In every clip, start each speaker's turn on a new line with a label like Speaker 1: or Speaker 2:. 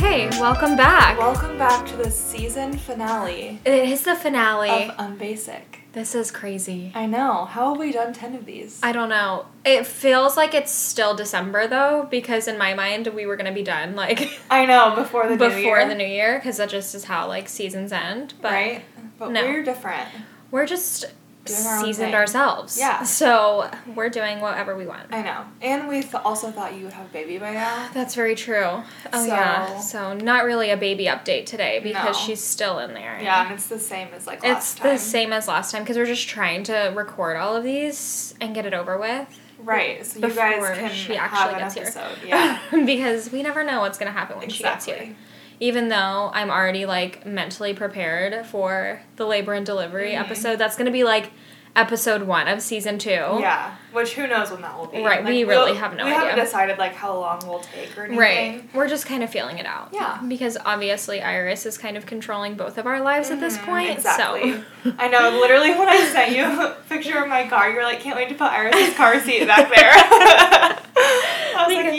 Speaker 1: Hey, welcome back.
Speaker 2: Welcome back to the season finale
Speaker 1: it is the finale.
Speaker 2: of Unbasic.
Speaker 1: this is crazy.
Speaker 2: I know. How have we done 10 of these?
Speaker 1: I don't know. It feels like it's still December though, because in my mind we were gonna be done like
Speaker 2: I know, before the new
Speaker 1: before
Speaker 2: year,
Speaker 1: the new year, because that just is how like seasons end. But
Speaker 2: Right? But
Speaker 1: no.
Speaker 2: we're different.
Speaker 1: we're just
Speaker 2: Doing our own
Speaker 1: seasoned
Speaker 2: thing.
Speaker 1: ourselves.
Speaker 2: Yeah.
Speaker 1: So we're doing whatever we want.
Speaker 2: I know. And we th- also thought you would have a baby by now.
Speaker 1: That's very true. Oh
Speaker 2: So-
Speaker 1: yeah. So not really a baby update today because
Speaker 2: No.
Speaker 1: she's still in there. and
Speaker 2: Yeah, and it's the same as like
Speaker 1: It's
Speaker 2: last
Speaker 1: the
Speaker 2: time.
Speaker 1: same as last time because we're just trying to record all of these and get it over with.
Speaker 2: Right. So you
Speaker 1: before
Speaker 2: guys can
Speaker 1: she
Speaker 2: have
Speaker 1: actually
Speaker 2: an
Speaker 1: gets here.
Speaker 2: episode. Yeah.
Speaker 1: because we never know what's gonna happen when she gets here.
Speaker 2: Exactly.
Speaker 1: Even though I'm already like mentally prepared for the labor and delivery
Speaker 2: Mhm.
Speaker 1: episode, that's gonna be like episode one of season two.
Speaker 2: Yeah. Which who knows when that will be.
Speaker 1: Oh. Right,
Speaker 2: Like,
Speaker 1: we really
Speaker 2: we'll-
Speaker 1: have no
Speaker 2: we
Speaker 1: idea.
Speaker 2: haven't decided like how long we'll take or anything.
Speaker 1: Right. We're just kind of feeling it out.
Speaker 2: Yeah.
Speaker 1: Because obviously Iris is kind of controlling both of our lives at this
Speaker 2: Mhm,
Speaker 1: point.
Speaker 2: Exactly.
Speaker 1: So
Speaker 2: I know. Literally, when I sent you a picture of my car, you were like, "Can't wait to put Iris's car seat back there." I was
Speaker 1: Because-
Speaker 2: like,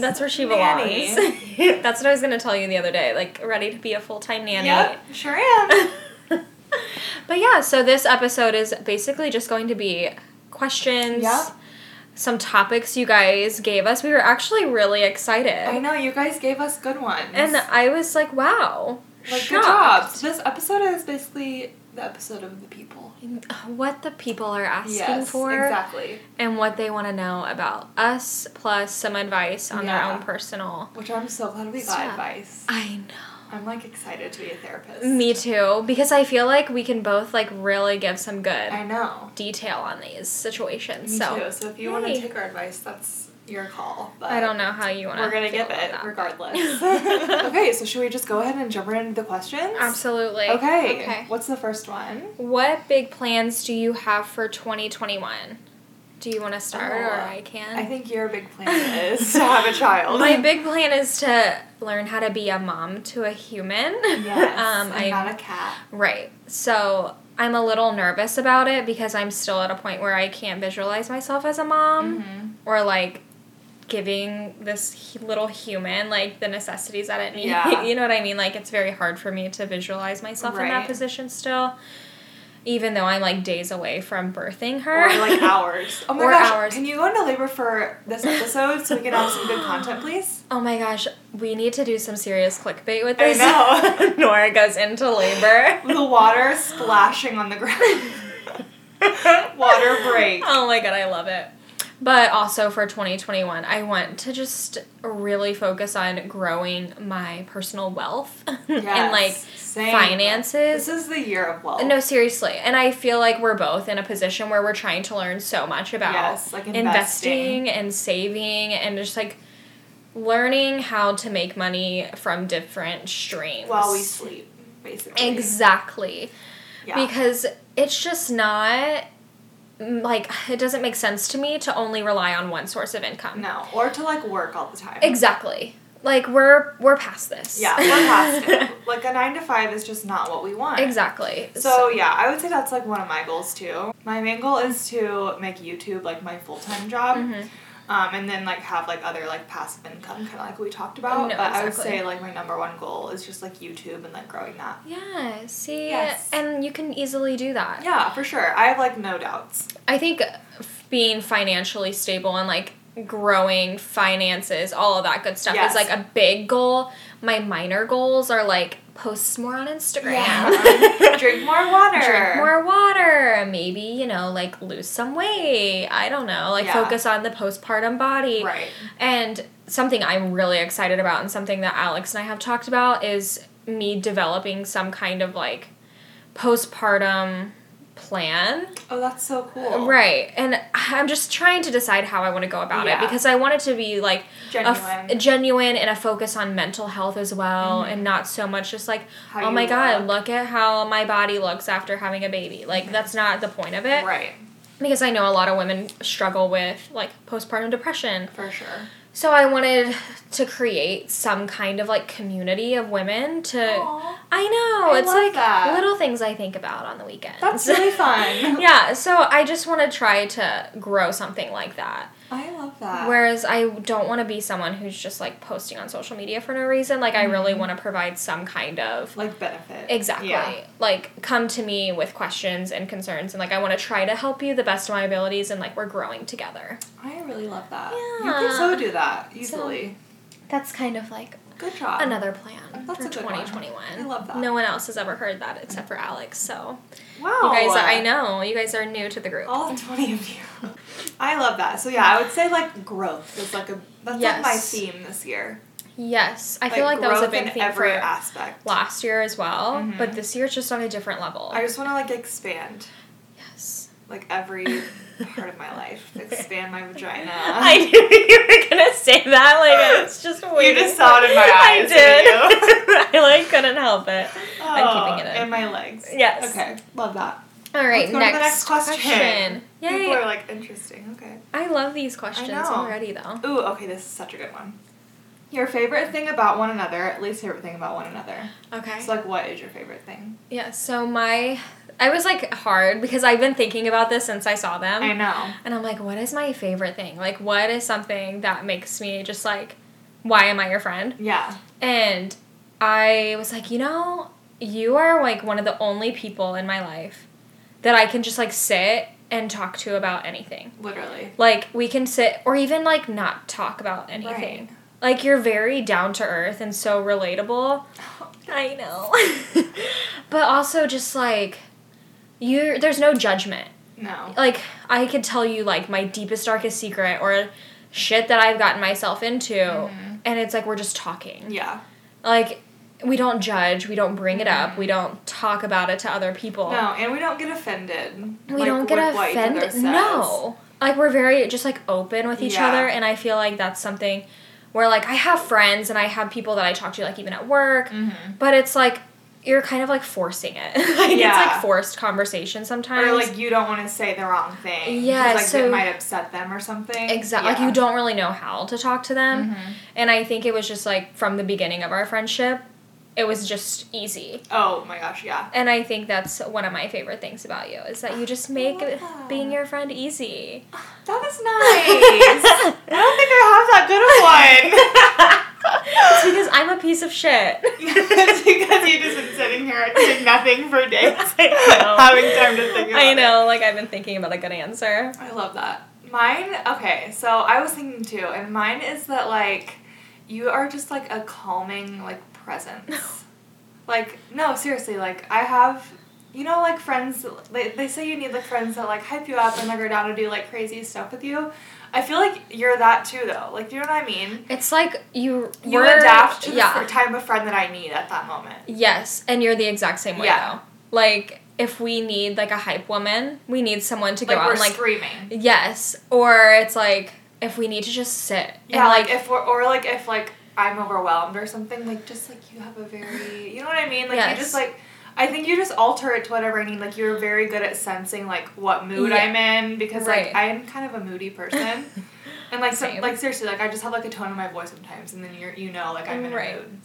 Speaker 1: that's where she
Speaker 2: Nanny.
Speaker 1: belongs. that's what I was gonna tell you the other day. Like ready to be a full time nanny.
Speaker 2: Yep, sure am.
Speaker 1: But yeah, so this episode is basically just going to be questions.
Speaker 2: Yeah.
Speaker 1: Some topics you guys gave us. We were actually really excited.
Speaker 2: I know you guys gave us good ones.
Speaker 1: And I was like, wow.
Speaker 2: like, good job.
Speaker 1: shocked.
Speaker 2: So this episode is basically the episode of the people.
Speaker 1: uh, What the people are asking
Speaker 2: yes,
Speaker 1: for
Speaker 2: exactly.
Speaker 1: and what they want to know about us, plus some advice on
Speaker 2: Yeah.
Speaker 1: their own personal.
Speaker 2: Which I'm so glad we got
Speaker 1: Yeah.
Speaker 2: advice.
Speaker 1: I know.
Speaker 2: I'm like excited to be a therapist.
Speaker 1: Me too, because I feel like we can both like really give some good
Speaker 2: I know.
Speaker 1: detail on these situations.
Speaker 2: Me
Speaker 1: so
Speaker 2: too. So if you want to
Speaker 1: Hey.
Speaker 2: take our advice, that's your call. But
Speaker 1: I don't know how you want to.
Speaker 2: We're gonna give it regardless. okay, so should we just go ahead and jump right into the questions?
Speaker 1: Absolutely.
Speaker 2: Okay.
Speaker 1: Okay.
Speaker 2: What's the first one?
Speaker 1: What big plans do you have for 2021? Do you want to start or
Speaker 2: Oh,
Speaker 1: I can?
Speaker 2: I think your big plan is to have a child.
Speaker 1: my big plan is to learn how to be a mom to a human.
Speaker 2: Yes.
Speaker 1: um,
Speaker 2: and
Speaker 1: I
Speaker 2: not a cat.
Speaker 1: right. So I'm a little nervous about it because I'm still at a point where I can't visualize myself as a
Speaker 2: Um, Mm-hmm.
Speaker 1: mom or like giving this hu- little human like the necessities that it needs.
Speaker 2: Yeah.
Speaker 1: you know what I mean? Like it's very hard for me to visualize myself in that
Speaker 2: Right.
Speaker 1: position still. Even though I'm like days away from birthing her.
Speaker 2: Or like hours. Oh my
Speaker 1: Or
Speaker 2: gosh.
Speaker 1: hours.
Speaker 2: Can you go into labor for this episode so we can have some good content, please?
Speaker 1: Oh my gosh, we need to do some serious clickbait with
Speaker 2: I
Speaker 1: this.
Speaker 2: know.
Speaker 1: Nora goes into labor.
Speaker 2: the water splashing on the ground. water break.
Speaker 1: Oh my god, I love it. But also for 2021, I want to just really focus on growing my personal wealth and
Speaker 2: Yes.
Speaker 1: like
Speaker 2: Same.
Speaker 1: finances.
Speaker 2: This is the year of wealth.
Speaker 1: No, seriously. And I feel like we're both in a position where we're trying to learn so much about
Speaker 2: Yes, like
Speaker 1: investing.
Speaker 2: investing.
Speaker 1: and saving and just like learning how to make money from different streams.
Speaker 2: While we sleep, basically.
Speaker 1: Exactly.
Speaker 2: Yeah.
Speaker 1: Because it's just not mm, like it doesn't make sense to me to only rely on one source of income.
Speaker 2: No, or to like work all the time.
Speaker 1: Exactly. Like we're we're past this.
Speaker 2: Yeah, we're past it. Like a nine to five is just not what we want.
Speaker 1: exactly.
Speaker 2: So yeah, I would say that's like one of my goals too. My main goal is to make YouTube like my full time job,
Speaker 1: Mm-hmm.
Speaker 2: um, and then like have like other like passive income, kind of like we talked about.
Speaker 1: No,
Speaker 2: but I would
Speaker 1: exactly.
Speaker 2: say like my number one goal is just like YouTube and like growing that.
Speaker 1: yeah, see,
Speaker 2: Yes.
Speaker 1: and you can easily do that.
Speaker 2: Yeah, for sure. I have like no doubts.
Speaker 1: I think f- being financially stable and like growing finances, all of that good stuff
Speaker 2: Yes.
Speaker 1: is like a big goal. My minor goals are like post more on Instagram.
Speaker 2: Drink more water.
Speaker 1: Drink more water, maybe, you know, like lose some weight. I don't know. Like
Speaker 2: Yeah.
Speaker 1: focus on the postpartum body.
Speaker 2: Right.
Speaker 1: And something I'm really excited about and something that Alex and I have talked about is me developing some kind of like postpartum plan.
Speaker 2: Oh, that's so cool.
Speaker 1: Right. And I'm just trying to decide how I want to go about
Speaker 2: Yeah.
Speaker 1: it because I want it to be like a f-
Speaker 2: Genuine. Mm-hmm.
Speaker 1: genuine and a focus on mental health as well and not so much just like,
Speaker 2: How
Speaker 1: oh
Speaker 2: you
Speaker 1: my God,
Speaker 2: look." Mm-hmm.
Speaker 1: look at how my body looks after having a baby. Like, that's not the point of it.
Speaker 2: Right.
Speaker 1: Because I know a lot of women struggle with like postpartum depression.
Speaker 2: For sure.
Speaker 1: So I wanted to create some kind of like community of women to.
Speaker 2: Aw,
Speaker 1: I know
Speaker 2: I
Speaker 1: it's
Speaker 2: love
Speaker 1: like
Speaker 2: that.
Speaker 1: little things I think about on the weekends.
Speaker 2: That's really fun.
Speaker 1: yeah, so I just want to try to grow something like that.
Speaker 2: I love that.
Speaker 1: Whereas I don't want to be someone who's just like posting on social media for no reason. Like I really want to provide some kind of
Speaker 2: like benefit.
Speaker 1: Exactly.
Speaker 2: Yeah.
Speaker 1: Like, come to me with questions and concerns, and like, I want to try to help you the best of my abilities, and like, we're growing together.
Speaker 2: I really love that. You
Speaker 1: Yeah.
Speaker 2: can so do that easily.
Speaker 1: That's kind of like
Speaker 2: good job.
Speaker 1: another plan
Speaker 2: That's
Speaker 1: for
Speaker 2: a good one.
Speaker 1: 2021.
Speaker 2: I love that.
Speaker 1: No one else has ever heard that except for Alex. So
Speaker 2: Wow.
Speaker 1: you guys, I know you guys are new to the group.
Speaker 2: All 20 of you. I love that. So yeah, I would say like growth is like a that's like my
Speaker 1: Yes.
Speaker 2: theme this year.
Speaker 1: yes, I feel like that was a
Speaker 2: growth
Speaker 1: big
Speaker 2: in
Speaker 1: thing for
Speaker 2: every aspect.
Speaker 1: last year as well,
Speaker 2: Mhm.
Speaker 1: but this year it's just on a different level.
Speaker 2: I just want to like expand
Speaker 1: yes.
Speaker 2: like every part of my life. Expand my vagina.
Speaker 1: I knew you were gonna say that. Like it's just
Speaker 2: you
Speaker 1: weird.
Speaker 2: just saw it in my
Speaker 1: I
Speaker 2: eyes. didn't you?
Speaker 1: did. I like couldn't help it. I'm keeping it in.
Speaker 2: Oh, And my legs.
Speaker 1: Yes.
Speaker 2: Okay. Love that.
Speaker 1: All right,
Speaker 2: Let's go to
Speaker 1: next,
Speaker 2: the next question. People are
Speaker 1: Yay!
Speaker 2: like interesting. Okay.
Speaker 1: I love these questions
Speaker 2: know.
Speaker 1: already, though.
Speaker 2: Ooh, okay, this is such a good one. Your favorite thing about one another, least favorite thing about one another.
Speaker 1: Okay.
Speaker 2: So like what is your favorite thing?
Speaker 1: yeah. So my, I was like hard because I've been thinking about this since I saw them,
Speaker 2: I know.
Speaker 1: and I'm like, what is my favorite thing? Like, what is something that makes me just like, why am I your friend?
Speaker 2: Yeah.
Speaker 1: And I was like, you know, you are like one of the only people in my life that I can just like sit and talk to about anything.
Speaker 2: Literally.
Speaker 1: Like we can sit or even like not talk about anything.
Speaker 2: Right.
Speaker 1: Like you're very down to earth and so relatable. I know. but also just like you are there's no judgment.
Speaker 2: No.
Speaker 1: Like I could tell you like my deepest darkest secret or shit that I've gotten myself into and it's like we're just talking
Speaker 2: Yeah.
Speaker 1: like we don't judge we don't bring it up we don't talk about it to other people
Speaker 2: No, and we don't get offended.
Speaker 1: we
Speaker 2: like,
Speaker 1: don't get
Speaker 2: with what each other
Speaker 1: offended
Speaker 2: says.
Speaker 1: no like we're very just like open with each
Speaker 2: Yeah.
Speaker 1: other and i feel like that's something where like i have friends and i have people that i talk to like even at work
Speaker 2: Mm. Mm-hmm.
Speaker 1: but it's like you're kind of like forcing it like it's
Speaker 2: Yeah.
Speaker 1: like forced conversation sometimes
Speaker 2: Or like you don't want to say the wrong thing. 'cause,
Speaker 1: Yeah,
Speaker 2: Like
Speaker 1: so-
Speaker 2: it might upset them or something.
Speaker 1: Exactly. Like
Speaker 2: Yeah. Mm-hmm.
Speaker 1: you don't really know how to talk to them. And I think it was just like from the beginning of our friendship, it was just easy.
Speaker 2: Oh my gosh, yeah.
Speaker 1: And I think that's one of my favorite things about you is that you just make
Speaker 2: love that.
Speaker 1: being your friend easy.
Speaker 2: That was nice. I don't think I have that good of one.
Speaker 1: It's because I'm a piece of shit.
Speaker 2: It's because you've just been sitting here doing nothing for days,
Speaker 1: know.
Speaker 2: having time to think about
Speaker 1: I
Speaker 2: it.
Speaker 1: know, like I've been thinking about a good answer.
Speaker 2: I love that. Mine, okay, so I was thinking too, and mine is that like you are just like a calming like presence. like no, seriously, like I have you know like friends they, they say you need like friends that like hype you up and like are down to do like crazy stuff with you. I feel like you're that too though. Like you know what I mean?
Speaker 1: It's like you
Speaker 2: You
Speaker 1: were-
Speaker 2: adapt to the
Speaker 1: yeah.
Speaker 2: fr- type of friend that I need at that moment.
Speaker 1: Yes, and you're the exact same way
Speaker 2: Yeah.
Speaker 1: though. Like if we need like a hype woman, we need someone to go
Speaker 2: Like
Speaker 1: out
Speaker 2: we're
Speaker 1: and like
Speaker 2: screaming.
Speaker 1: Yes, or it's like if we need to just sit.
Speaker 2: Yeah,
Speaker 1: and,
Speaker 2: like, if we're or like if like I'm overwhelmed or something, like just like you have a very you know what I mean? Like
Speaker 1: Yes.
Speaker 2: you just like I think you just alter it to whatever I need. Like you're very good at sensing like what mood
Speaker 1: Yeah.
Speaker 2: I'm in because
Speaker 1: Right.
Speaker 2: like I'm kind of a moody person. and like so,
Speaker 1: Same.
Speaker 2: like seriously, like I just have like a tone in my voice sometimes and then you're you know like I'm in
Speaker 1: Right.
Speaker 2: a mood.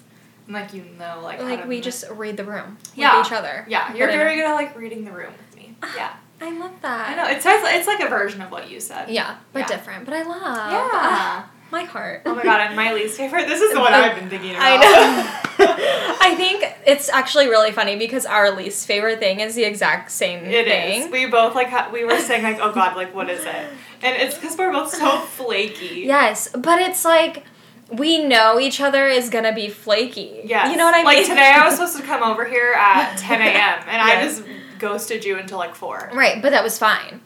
Speaker 2: And like you know like how
Speaker 1: like
Speaker 2: to
Speaker 1: we
Speaker 2: move.
Speaker 1: just read the room with
Speaker 2: Yeah.
Speaker 1: each other.
Speaker 2: Yeah, you're
Speaker 1: But in-
Speaker 2: very good at like reading the room with me. Yeah.
Speaker 1: I love that.
Speaker 2: I know. It's it's like a version of what you said.
Speaker 1: Yeah, but
Speaker 2: Yeah.
Speaker 1: different. But I love.
Speaker 2: Yeah.
Speaker 1: my heart.
Speaker 2: Oh my god, and my least favorite. This is the one
Speaker 1: The-
Speaker 2: I've been thinking about.
Speaker 1: I know. I think it's actually really funny because our least favorite thing is the exact same
Speaker 2: It
Speaker 1: thing.
Speaker 2: is. We both like ha- we were saying like, oh god, like what is it? And it's because we're both so flaky.
Speaker 1: Yes, but it's like we know each other is gonna be flaky.
Speaker 2: Yes.
Speaker 1: You know what I mean?
Speaker 2: Like today, I was supposed to come over here at ten a.m. and I
Speaker 1: Yes.
Speaker 2: just ghosted you until like four.
Speaker 1: Right, but that was fine.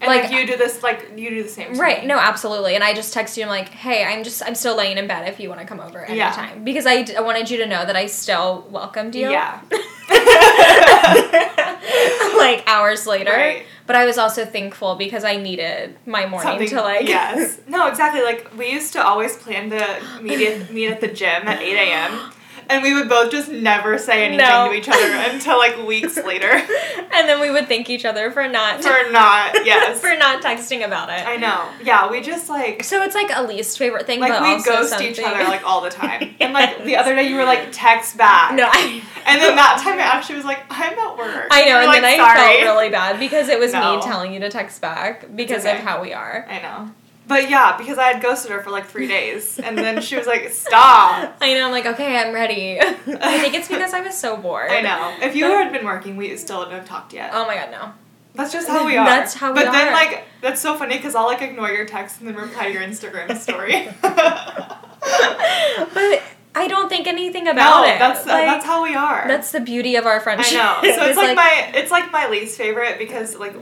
Speaker 2: And
Speaker 1: Like-
Speaker 2: like, you do this, like you do the same. to
Speaker 1: Right.
Speaker 2: me.
Speaker 1: No, absolutely. And I just texted you. I'm like, hey, I'm just, I'm still laying in bed if you want to come over
Speaker 2: Yeah.
Speaker 1: anytime. Because I, d- I wanted you to know that I still welcomed you.
Speaker 2: Yeah.
Speaker 1: like hours later.
Speaker 2: Right.
Speaker 1: But I was also thankful because I needed my morning
Speaker 2: Something
Speaker 1: to like.
Speaker 2: yes. No, exactly. Like we used to always plan to meet at, meet at the gym at eight a.m. and we would both just never say anything
Speaker 1: No.
Speaker 2: to each other until like weeks later.
Speaker 1: and then we would thank each other for not
Speaker 2: For not, yes.
Speaker 1: for not texting about it.
Speaker 2: I know. Yeah, we just like
Speaker 1: So it's like a least favorite thing,
Speaker 2: like
Speaker 1: but
Speaker 2: we
Speaker 1: also
Speaker 2: ghost
Speaker 1: something.
Speaker 2: each other like all the time. And like the
Speaker 1: Yes.
Speaker 2: other day you were like text back.
Speaker 1: No, I,
Speaker 2: And then that time I actually was like, I'm at work.
Speaker 1: I know,
Speaker 2: You're
Speaker 1: and
Speaker 2: like,
Speaker 1: then I
Speaker 2: sorry.
Speaker 1: felt really bad because it was
Speaker 2: No.
Speaker 1: me telling you to text back because
Speaker 2: okay.
Speaker 1: of how we are.
Speaker 2: I know. But yeah, because I had ghosted her for like three days. And then she was like, Stop.
Speaker 1: I know, I'm like, okay, I'm ready. I think it's because I was so bored.
Speaker 2: I know. If you had been working, we still wouldn't have talked yet.
Speaker 1: Oh my god, no.
Speaker 2: That's just how we are.
Speaker 1: That's how we
Speaker 2: But then,
Speaker 1: are.
Speaker 2: like, that's so funny because I'll like ignore your text and then reply to your Instagram story. no,
Speaker 1: But I don't think anything about it.
Speaker 2: that's uh,
Speaker 1: Like,
Speaker 2: that's how we are.
Speaker 1: that's the beauty of our
Speaker 2: I
Speaker 1: friendship.
Speaker 2: know. So it's
Speaker 1: It's
Speaker 2: like, my it's like my least favorite because like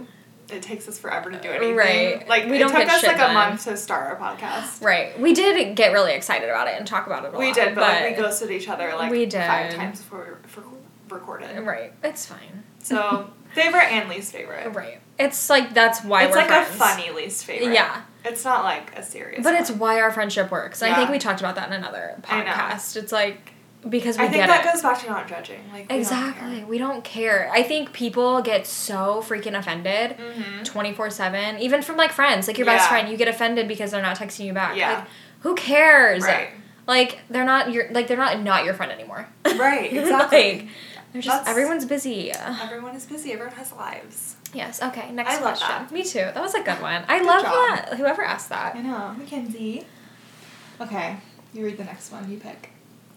Speaker 2: it takes us forever to do anything.
Speaker 1: Right.
Speaker 2: Like
Speaker 1: We
Speaker 2: it
Speaker 1: don't
Speaker 2: took
Speaker 1: get
Speaker 2: us
Speaker 1: shit
Speaker 2: like a
Speaker 1: done.
Speaker 2: month to start our podcast.
Speaker 1: Right. We did get really excited about it and talk about it a
Speaker 2: We
Speaker 1: lot,
Speaker 2: did, but, like we ghosted each other like
Speaker 1: We
Speaker 2: five
Speaker 1: did.
Speaker 2: times before we for, recorded.
Speaker 1: Right. It's fine.
Speaker 2: So favorite and least favorite.
Speaker 1: Right. It's like that's why
Speaker 2: it's
Speaker 1: we're
Speaker 2: like
Speaker 1: friends.
Speaker 2: a funny least favorite.
Speaker 1: Yeah.
Speaker 2: It's not like a serious.
Speaker 1: But
Speaker 2: one.
Speaker 1: it's why our friendship works. I
Speaker 2: Yeah.
Speaker 1: think we talked about that in another
Speaker 2: I know.
Speaker 1: podcast. It's like because we
Speaker 2: I think
Speaker 1: get
Speaker 2: that
Speaker 1: it.
Speaker 2: goes back to not judging. Like we don't
Speaker 1: exactly. We don't care. I think people get so freaking offended.
Speaker 2: care. Mhm.
Speaker 1: 24 7 even from like friends like your
Speaker 2: Yeah.
Speaker 1: best friend you get offended because they're not texting you back
Speaker 2: Yeah.
Speaker 1: like who cares
Speaker 2: Right.
Speaker 1: like they're not your like they're not not your friend anymore
Speaker 2: Right, exactly.
Speaker 1: like they're just
Speaker 2: That's-
Speaker 1: everyone's busy
Speaker 2: Everyone is busy. Everyone has lives.
Speaker 1: yes okay next
Speaker 2: I love
Speaker 1: question
Speaker 2: that.
Speaker 1: me too that was a good one i
Speaker 2: Good
Speaker 1: love
Speaker 2: job.
Speaker 1: that whoever asked that
Speaker 2: know, Mackenzie. Okay, you read the next one. You pick.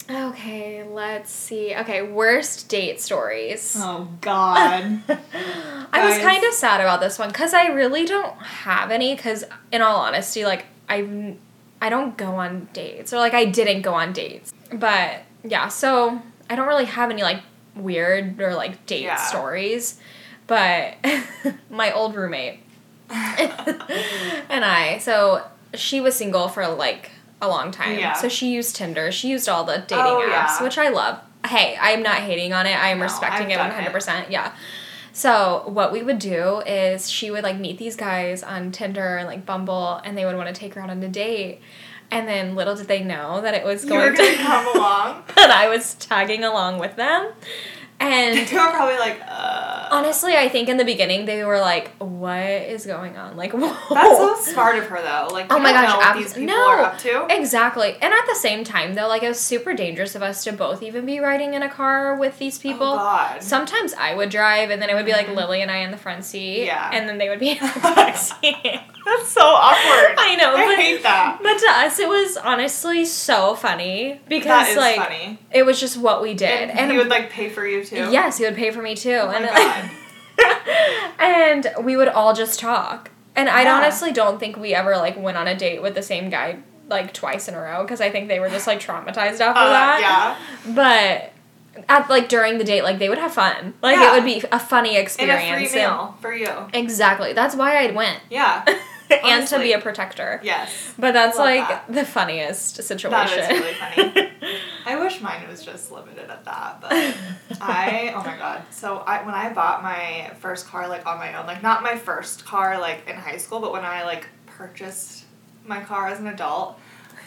Speaker 1: okay let's see okay worst date stories
Speaker 2: Oh God.
Speaker 1: I was
Speaker 2: Guys.
Speaker 1: kind of sad about this one because I really don't have any. Because in all honesty, like I, I don't go on dates or like I didn't go on dates. But yeah, so I don't really have any like weird or like date
Speaker 2: Yeah.
Speaker 1: stories. But my old roommate and I, so she was single for like a long time.
Speaker 2: Yeah.
Speaker 1: So she used Tinder. She used all the dating
Speaker 2: Oh,
Speaker 1: apps,
Speaker 2: yeah.
Speaker 1: which I love. Hey, I'm not hating on it. I am
Speaker 2: No,
Speaker 1: respecting
Speaker 2: I've
Speaker 1: it
Speaker 2: done it.
Speaker 1: 100%. Yeah. So what we would do is she would like meet these guys on Tinder and like Bumble, and they would want to take her out on a date. And then little did they know that it was
Speaker 2: you were
Speaker 1: going
Speaker 2: gonna
Speaker 1: to
Speaker 2: come along.
Speaker 1: that I was tagging along with them. And
Speaker 2: You were probably like, uh.
Speaker 1: honestly, I think in the beginning they were like, "What is going on?" Like, whoa.
Speaker 2: That's so smart of her though. Like, you
Speaker 1: Oh my
Speaker 2: don't
Speaker 1: gosh,
Speaker 2: know what
Speaker 1: abs-
Speaker 2: these people
Speaker 1: no.
Speaker 2: are up to. Oh,
Speaker 1: Exactly. And at the same time, though, like it was super dangerous of us to both even be riding in a car with these people.
Speaker 2: Oh God.
Speaker 1: Sometimes I would drive, and then it would be like
Speaker 2: Mhm.
Speaker 1: Lily and I in the front seat.
Speaker 2: Yeah.
Speaker 1: And then they would be in the back seat.
Speaker 2: That's so awkward.
Speaker 1: I know.
Speaker 2: I
Speaker 1: but,
Speaker 2: hate that.
Speaker 1: But to us, it was honestly so funny because
Speaker 2: That is
Speaker 1: like
Speaker 2: funny.
Speaker 1: it was just what we did,
Speaker 2: And, he would like pay for you too.
Speaker 1: yes, he would pay for me too.
Speaker 2: Oh my
Speaker 1: and
Speaker 2: God.
Speaker 1: and we would all just talk. And I
Speaker 2: Yeah.
Speaker 1: honestly don't think we ever like went on a date with the same guy like twice in a row because I think they were just like traumatized after
Speaker 2: Uh,
Speaker 1: that.
Speaker 2: yeah.
Speaker 1: But at like during the date, like they would have fun. Like
Speaker 2: Yeah.
Speaker 1: it would be a funny
Speaker 2: And
Speaker 1: experience.
Speaker 2: a free
Speaker 1: and-
Speaker 2: meal for you.
Speaker 1: Exactly. That's why I went.
Speaker 2: Yeah.
Speaker 1: and to
Speaker 2: Honestly.
Speaker 1: be a protector.
Speaker 2: Yes.
Speaker 1: But that's
Speaker 2: Love
Speaker 1: like
Speaker 2: that.
Speaker 1: the funniest situation.
Speaker 2: really funny. I wish mine was just limited at that, but I oh my god. So I when I bought my first car like on my own, like not my first car like in high school, but when I like purchased my car as an adult,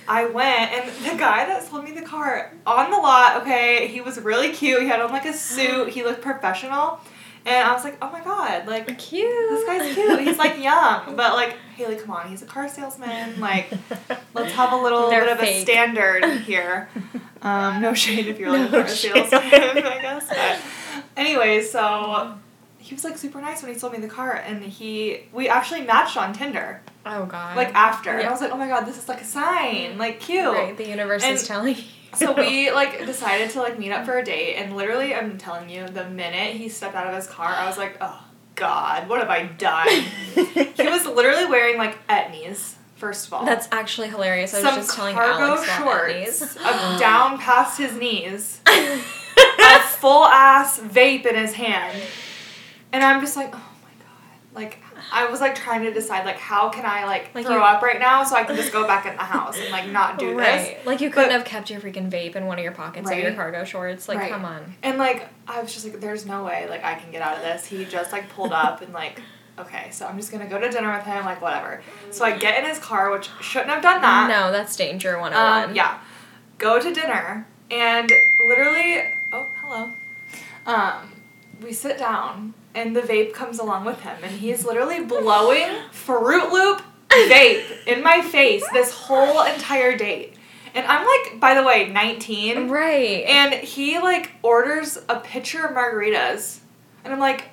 Speaker 2: I went and the guy that sold me the car on the lot, okay, he was really cute. He had on like a suit, he looked professional. And I was like, oh my god, like
Speaker 1: Cute.
Speaker 2: this guy's cute. He's like young, but like Haley, come on, he's a car salesman. Like, let's have a little
Speaker 1: They're
Speaker 2: bit of a
Speaker 1: fake.
Speaker 2: standard here. Um, no shade if you're like
Speaker 1: No
Speaker 2: a car
Speaker 1: shade.
Speaker 2: salesman, I guess. But anyway, so he was like super nice when he sold me the car, and he we actually matched on Tinder
Speaker 1: Oh god.
Speaker 2: like after, and I
Speaker 1: Yeah.
Speaker 2: was like, oh my god, this is like a sign, like cute.
Speaker 1: Right, the universe
Speaker 2: And
Speaker 1: is telling you.
Speaker 2: So we like decided to like meet up for a date, and literally, I'm telling you, the minute he stepped out of his car, I was like, oh god, what have I done? He was literally wearing like etnies, first of all.
Speaker 1: That's actually hilarious. I was
Speaker 2: some
Speaker 1: just telling
Speaker 2: cargo
Speaker 1: Alex about
Speaker 2: shorts
Speaker 1: these.
Speaker 2: up down past his knees, a full ass vape in his hand. And I'm just like, oh my god. Like I was like trying to decide like how can I like,
Speaker 1: Like
Speaker 2: throw
Speaker 1: you-
Speaker 2: up right now so I can just go back in the house and like not do this.
Speaker 1: Right. Like you couldn't
Speaker 2: But-
Speaker 1: have kept your freaking vape in one of your pockets of your
Speaker 2: Right.
Speaker 1: cargo shorts. Like
Speaker 2: Right.
Speaker 1: come on.
Speaker 2: And like I was just like, there's no way like I can get out of this. He just like pulled up and like, okay, so I'm just gonna go to dinner with him, like whatever. So I get in his car, which shouldn't have done that.
Speaker 1: oh No, that's danger 101.
Speaker 2: Um, yeah. Go to dinner and literally, oh, hello. Um, we sit down, and the vape comes along with him, and he's literally blowing Fruit Loop vape in my face this whole entire date. And I'm like, by the way, 19.
Speaker 1: Right.
Speaker 2: And he like orders a pitcher of margaritas, and I'm like,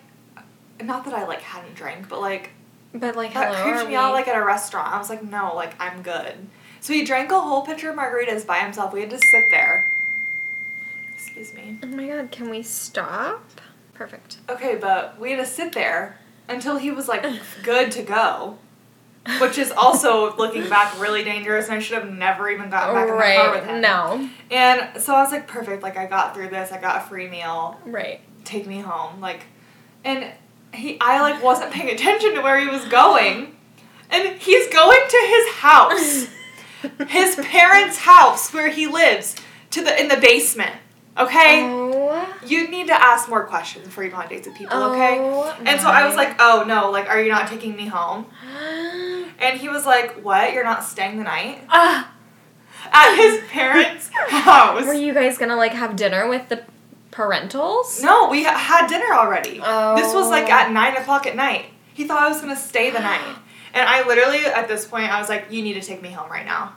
Speaker 2: not that I like hadn't drank, but like
Speaker 1: but like hello,
Speaker 2: that creeps
Speaker 1: are
Speaker 2: me out
Speaker 1: we-
Speaker 2: like at a restaurant. I was like, no, like I'm good. So he drank a whole pitcher of margaritas by himself. We had to sit there. Excuse me.
Speaker 1: Oh my god, can we stop? Perfect.
Speaker 2: Okay, but we had to sit there until he was like good to go, which is also looking back really dangerous, and I should have never even gotten back in the car with
Speaker 1: Right.
Speaker 2: him.
Speaker 1: No.
Speaker 2: And so I was like, perfect. Like I got through this. I got a free meal.
Speaker 1: Right.
Speaker 2: Take me home. Like, and he, I like wasn't paying attention to where he was going, and he's going to his house. his parents' house where he lives to the in the basement. Okay?
Speaker 1: Oh.
Speaker 2: You need to ask more questions before you go on dates with people, okay?
Speaker 1: Oh
Speaker 2: and so I was
Speaker 1: my-
Speaker 2: like, "Oh no, like are you not taking me home?" And he was like, "What? You're not staying the night
Speaker 1: Ah.
Speaker 2: at his parents' house?"
Speaker 1: Were you guys gonna like have dinner with the parentals?
Speaker 2: no, we ha- had dinner already. This was like
Speaker 1: Oh.
Speaker 2: at nine o'clock at night. He thought I was gonna stay the night, and I literally at this point I was like, "You need to take me home right now."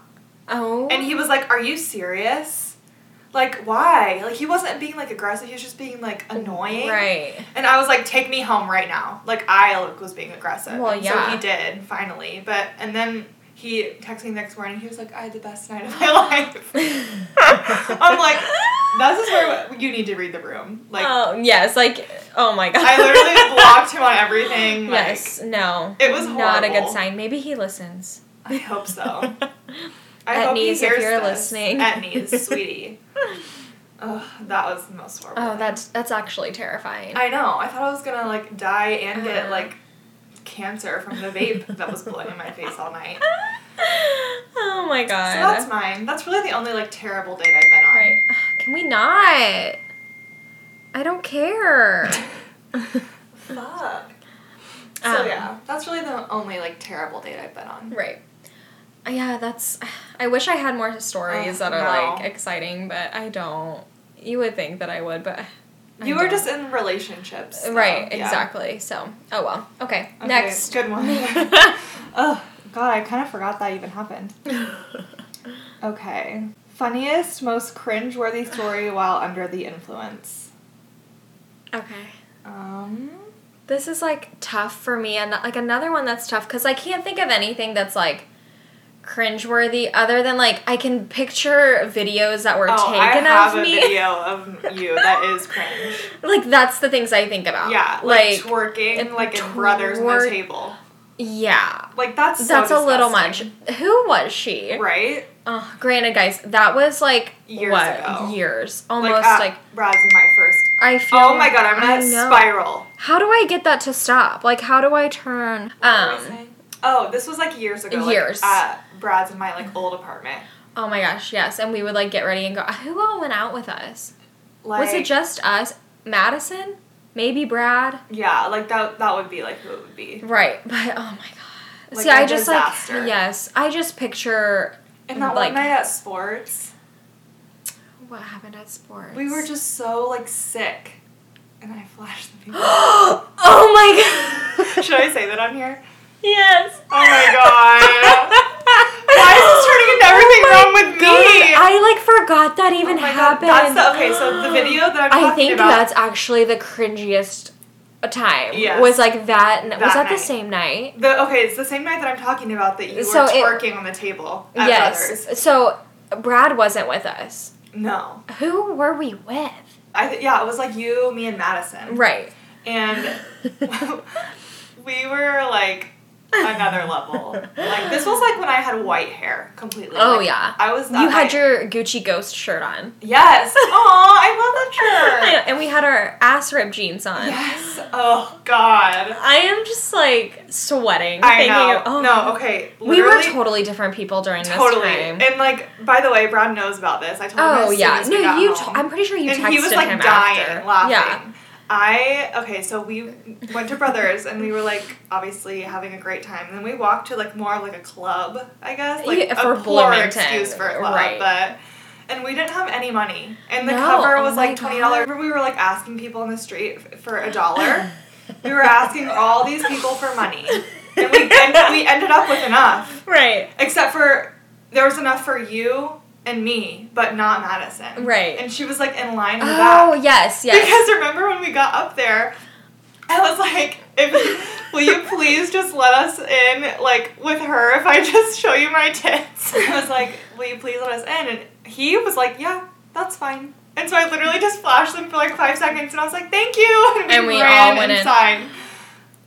Speaker 1: Oh.
Speaker 2: And he was like, Are you serious? Like, why? Like, he wasn't being like aggressive, he was just being like annoying.
Speaker 1: Right.
Speaker 2: And I was like, Take me home right now. Like, I like, was being aggressive.
Speaker 1: Well,
Speaker 2: And
Speaker 1: yeah.
Speaker 2: So he did, finally. But, and then he texted me the next morning, he was like, I had the best night of my life. I'm like, This is where you need to read the room. Like,
Speaker 1: oh yes, like oh my god.
Speaker 2: I literally blocked him on everything. Like,
Speaker 1: yes. No.
Speaker 2: It was
Speaker 1: not a good
Speaker 2: horrible.
Speaker 1: sign. Maybe he listens.
Speaker 2: I hope so. I
Speaker 1: At
Speaker 2: hope he
Speaker 1: knees, if
Speaker 2: hears
Speaker 1: you're
Speaker 2: this.
Speaker 1: listening.
Speaker 2: At knees, sweetie. Ugh, that was the most horrible.
Speaker 1: Oh,
Speaker 2: thing.
Speaker 1: that's that's actually terrifying.
Speaker 2: I know. I thought I was gonna like die and
Speaker 1: Uh.
Speaker 2: get like cancer from the vape that was blowing in my face all night. So
Speaker 1: oh my god.
Speaker 2: that's mine. That's really the only like terrible date I've been on.
Speaker 1: Right. Ugh, Can we not? I don't care.
Speaker 2: Fuck. So
Speaker 1: Um.
Speaker 2: yeah, that's really the only like terrible date I've been on.
Speaker 1: right. Uh, Yeah, that's. I wish I had more stories
Speaker 2: Ugh,
Speaker 1: that are like
Speaker 2: Oh, no.
Speaker 1: exciting, but I don't. You would think that I would, but. I
Speaker 2: you were
Speaker 1: don't.
Speaker 2: just in relationships. though.
Speaker 1: Right,
Speaker 2: Yeah.
Speaker 1: exactly. So, oh well. Okay,
Speaker 2: Okay,
Speaker 1: next.
Speaker 2: Good one. Oh God, I kind of forgot that even happened. Okay. Funniest, most cringe-worthy story while under the influence.
Speaker 1: okay.
Speaker 2: Um.
Speaker 1: This is like tough for me, and like another one that's tough because I can't think of anything that's like cringeworthy other than like I can picture videos that were
Speaker 2: Oh,
Speaker 1: taken
Speaker 2: I have
Speaker 1: of
Speaker 2: a
Speaker 1: me.
Speaker 2: video of you that is cringe.
Speaker 1: like that's the things I think about.
Speaker 2: Yeah, like,
Speaker 1: Oh, like,
Speaker 2: twerking,
Speaker 1: and
Speaker 2: like in brothers on
Speaker 1: twerk-
Speaker 2: the table.
Speaker 1: yeah,
Speaker 2: Like that's so
Speaker 1: that's a little much.
Speaker 2: disgusting.
Speaker 1: Who was she?
Speaker 2: right?
Speaker 1: Uh, granted, guys, that was like
Speaker 2: Years
Speaker 1: what
Speaker 2: ago.
Speaker 1: years, almost like,
Speaker 2: at Brad's and uh, my first.
Speaker 1: I feel.
Speaker 2: Oh my god, I'm
Speaker 1: I
Speaker 2: gonna
Speaker 1: know.
Speaker 2: spiral.
Speaker 1: How do I get that to stop? Like, how do I turn?
Speaker 2: What were we
Speaker 1: Um.
Speaker 2: saying? Oh, this was like years ago. like,
Speaker 1: Years.
Speaker 2: at Brad's and my like old apartment.
Speaker 1: Oh my gosh, yes. And we would like get ready and go. Who all went out with us?
Speaker 2: Like,
Speaker 1: was it just us? Madison? Maybe Brad?
Speaker 2: Yeah, like that. That would be like who it would be.
Speaker 1: Right. But oh my god.
Speaker 2: Like
Speaker 1: See,
Speaker 2: a
Speaker 1: I just
Speaker 2: disaster.
Speaker 1: like yes. I just picture
Speaker 2: And that
Speaker 1: Like-
Speaker 2: one night at sports,
Speaker 1: what happened at sports.
Speaker 2: we were just so like sick, and I flashed the people.
Speaker 1: oh my god.
Speaker 2: Should I say that on here?
Speaker 1: Yes.
Speaker 2: Oh my god. Why is this turning into everything
Speaker 1: Oh my
Speaker 2: wrong with me?
Speaker 1: God, I like forgot that
Speaker 2: Oh
Speaker 1: even
Speaker 2: my God,
Speaker 1: happened.
Speaker 2: That's the, okay. So the video that I'm
Speaker 1: I
Speaker 2: talking
Speaker 1: think
Speaker 2: about.
Speaker 1: that's actually the cringiest time.
Speaker 2: Yes.
Speaker 1: Was like that. n- was
Speaker 2: That
Speaker 1: that the
Speaker 2: night.
Speaker 1: same night?
Speaker 2: the okay. It's the same night that I'm talking about that you
Speaker 1: So
Speaker 2: were
Speaker 1: it-
Speaker 2: twerking on the table at
Speaker 1: yes.
Speaker 2: Brothers.
Speaker 1: So Brad wasn't with us.
Speaker 2: No,
Speaker 1: Who were we with?
Speaker 2: I th- yeah, it was like you, me, and Madison,
Speaker 1: Right.
Speaker 2: and we were like another level. Like this was like when I had white hair completely.
Speaker 1: Oh,
Speaker 2: Like,
Speaker 1: yeah.
Speaker 2: I was. That
Speaker 1: you had
Speaker 2: white-
Speaker 1: your Gucci ghost shirt on.
Speaker 2: yes. Oh, I love that shirt.
Speaker 1: and we had our ass rib jeans on.
Speaker 2: yes. Oh God.
Speaker 1: I am just like sweating.
Speaker 2: I
Speaker 1: thinking
Speaker 2: know.
Speaker 1: of- oh,
Speaker 2: no. Okay.
Speaker 1: We were
Speaker 2: literally-
Speaker 1: totally different people during this
Speaker 2: Totally.
Speaker 1: time.
Speaker 2: And like, by the way, Brad knows about this. I told him.
Speaker 1: oh
Speaker 2: as soon
Speaker 1: yeah.
Speaker 2: as we
Speaker 1: No,
Speaker 2: got
Speaker 1: you.
Speaker 2: home.
Speaker 1: T- I'm pretty sure you texted
Speaker 2: and he was like
Speaker 1: him
Speaker 2: dying,
Speaker 1: after.
Speaker 2: laughing.
Speaker 1: Yeah.
Speaker 2: I okay, so we went to Brothers and we were like obviously having a great time. Then we walked to like more of like a club, I guess, like
Speaker 1: Yeah,
Speaker 2: a
Speaker 1: for
Speaker 2: poor
Speaker 1: Bloomington,
Speaker 2: excuse for a club,
Speaker 1: right.
Speaker 2: but and we didn't have any money. And the
Speaker 1: No,
Speaker 2: cover
Speaker 1: oh
Speaker 2: was like
Speaker 1: my
Speaker 2: twenty dollars.
Speaker 1: God.
Speaker 2: We were like asking people on the street f- for a dollar. we were asking all these people for money, and we and we ended up with enough,
Speaker 1: Right.
Speaker 2: except for there was enough for you and me, but not Madison.
Speaker 1: Right.
Speaker 2: And she was like in line with that.
Speaker 1: Oh yes, yes.
Speaker 2: Because remember when we got up there, I was like, if, will you please just let us in, like, with her if I just show you my tits? I was like, will you please let us in? And he was like, yeah, that's fine. And so I literally just flashed them for like five seconds and I was like, thank you!
Speaker 1: And we
Speaker 2: ran
Speaker 1: all went in.
Speaker 2: inside.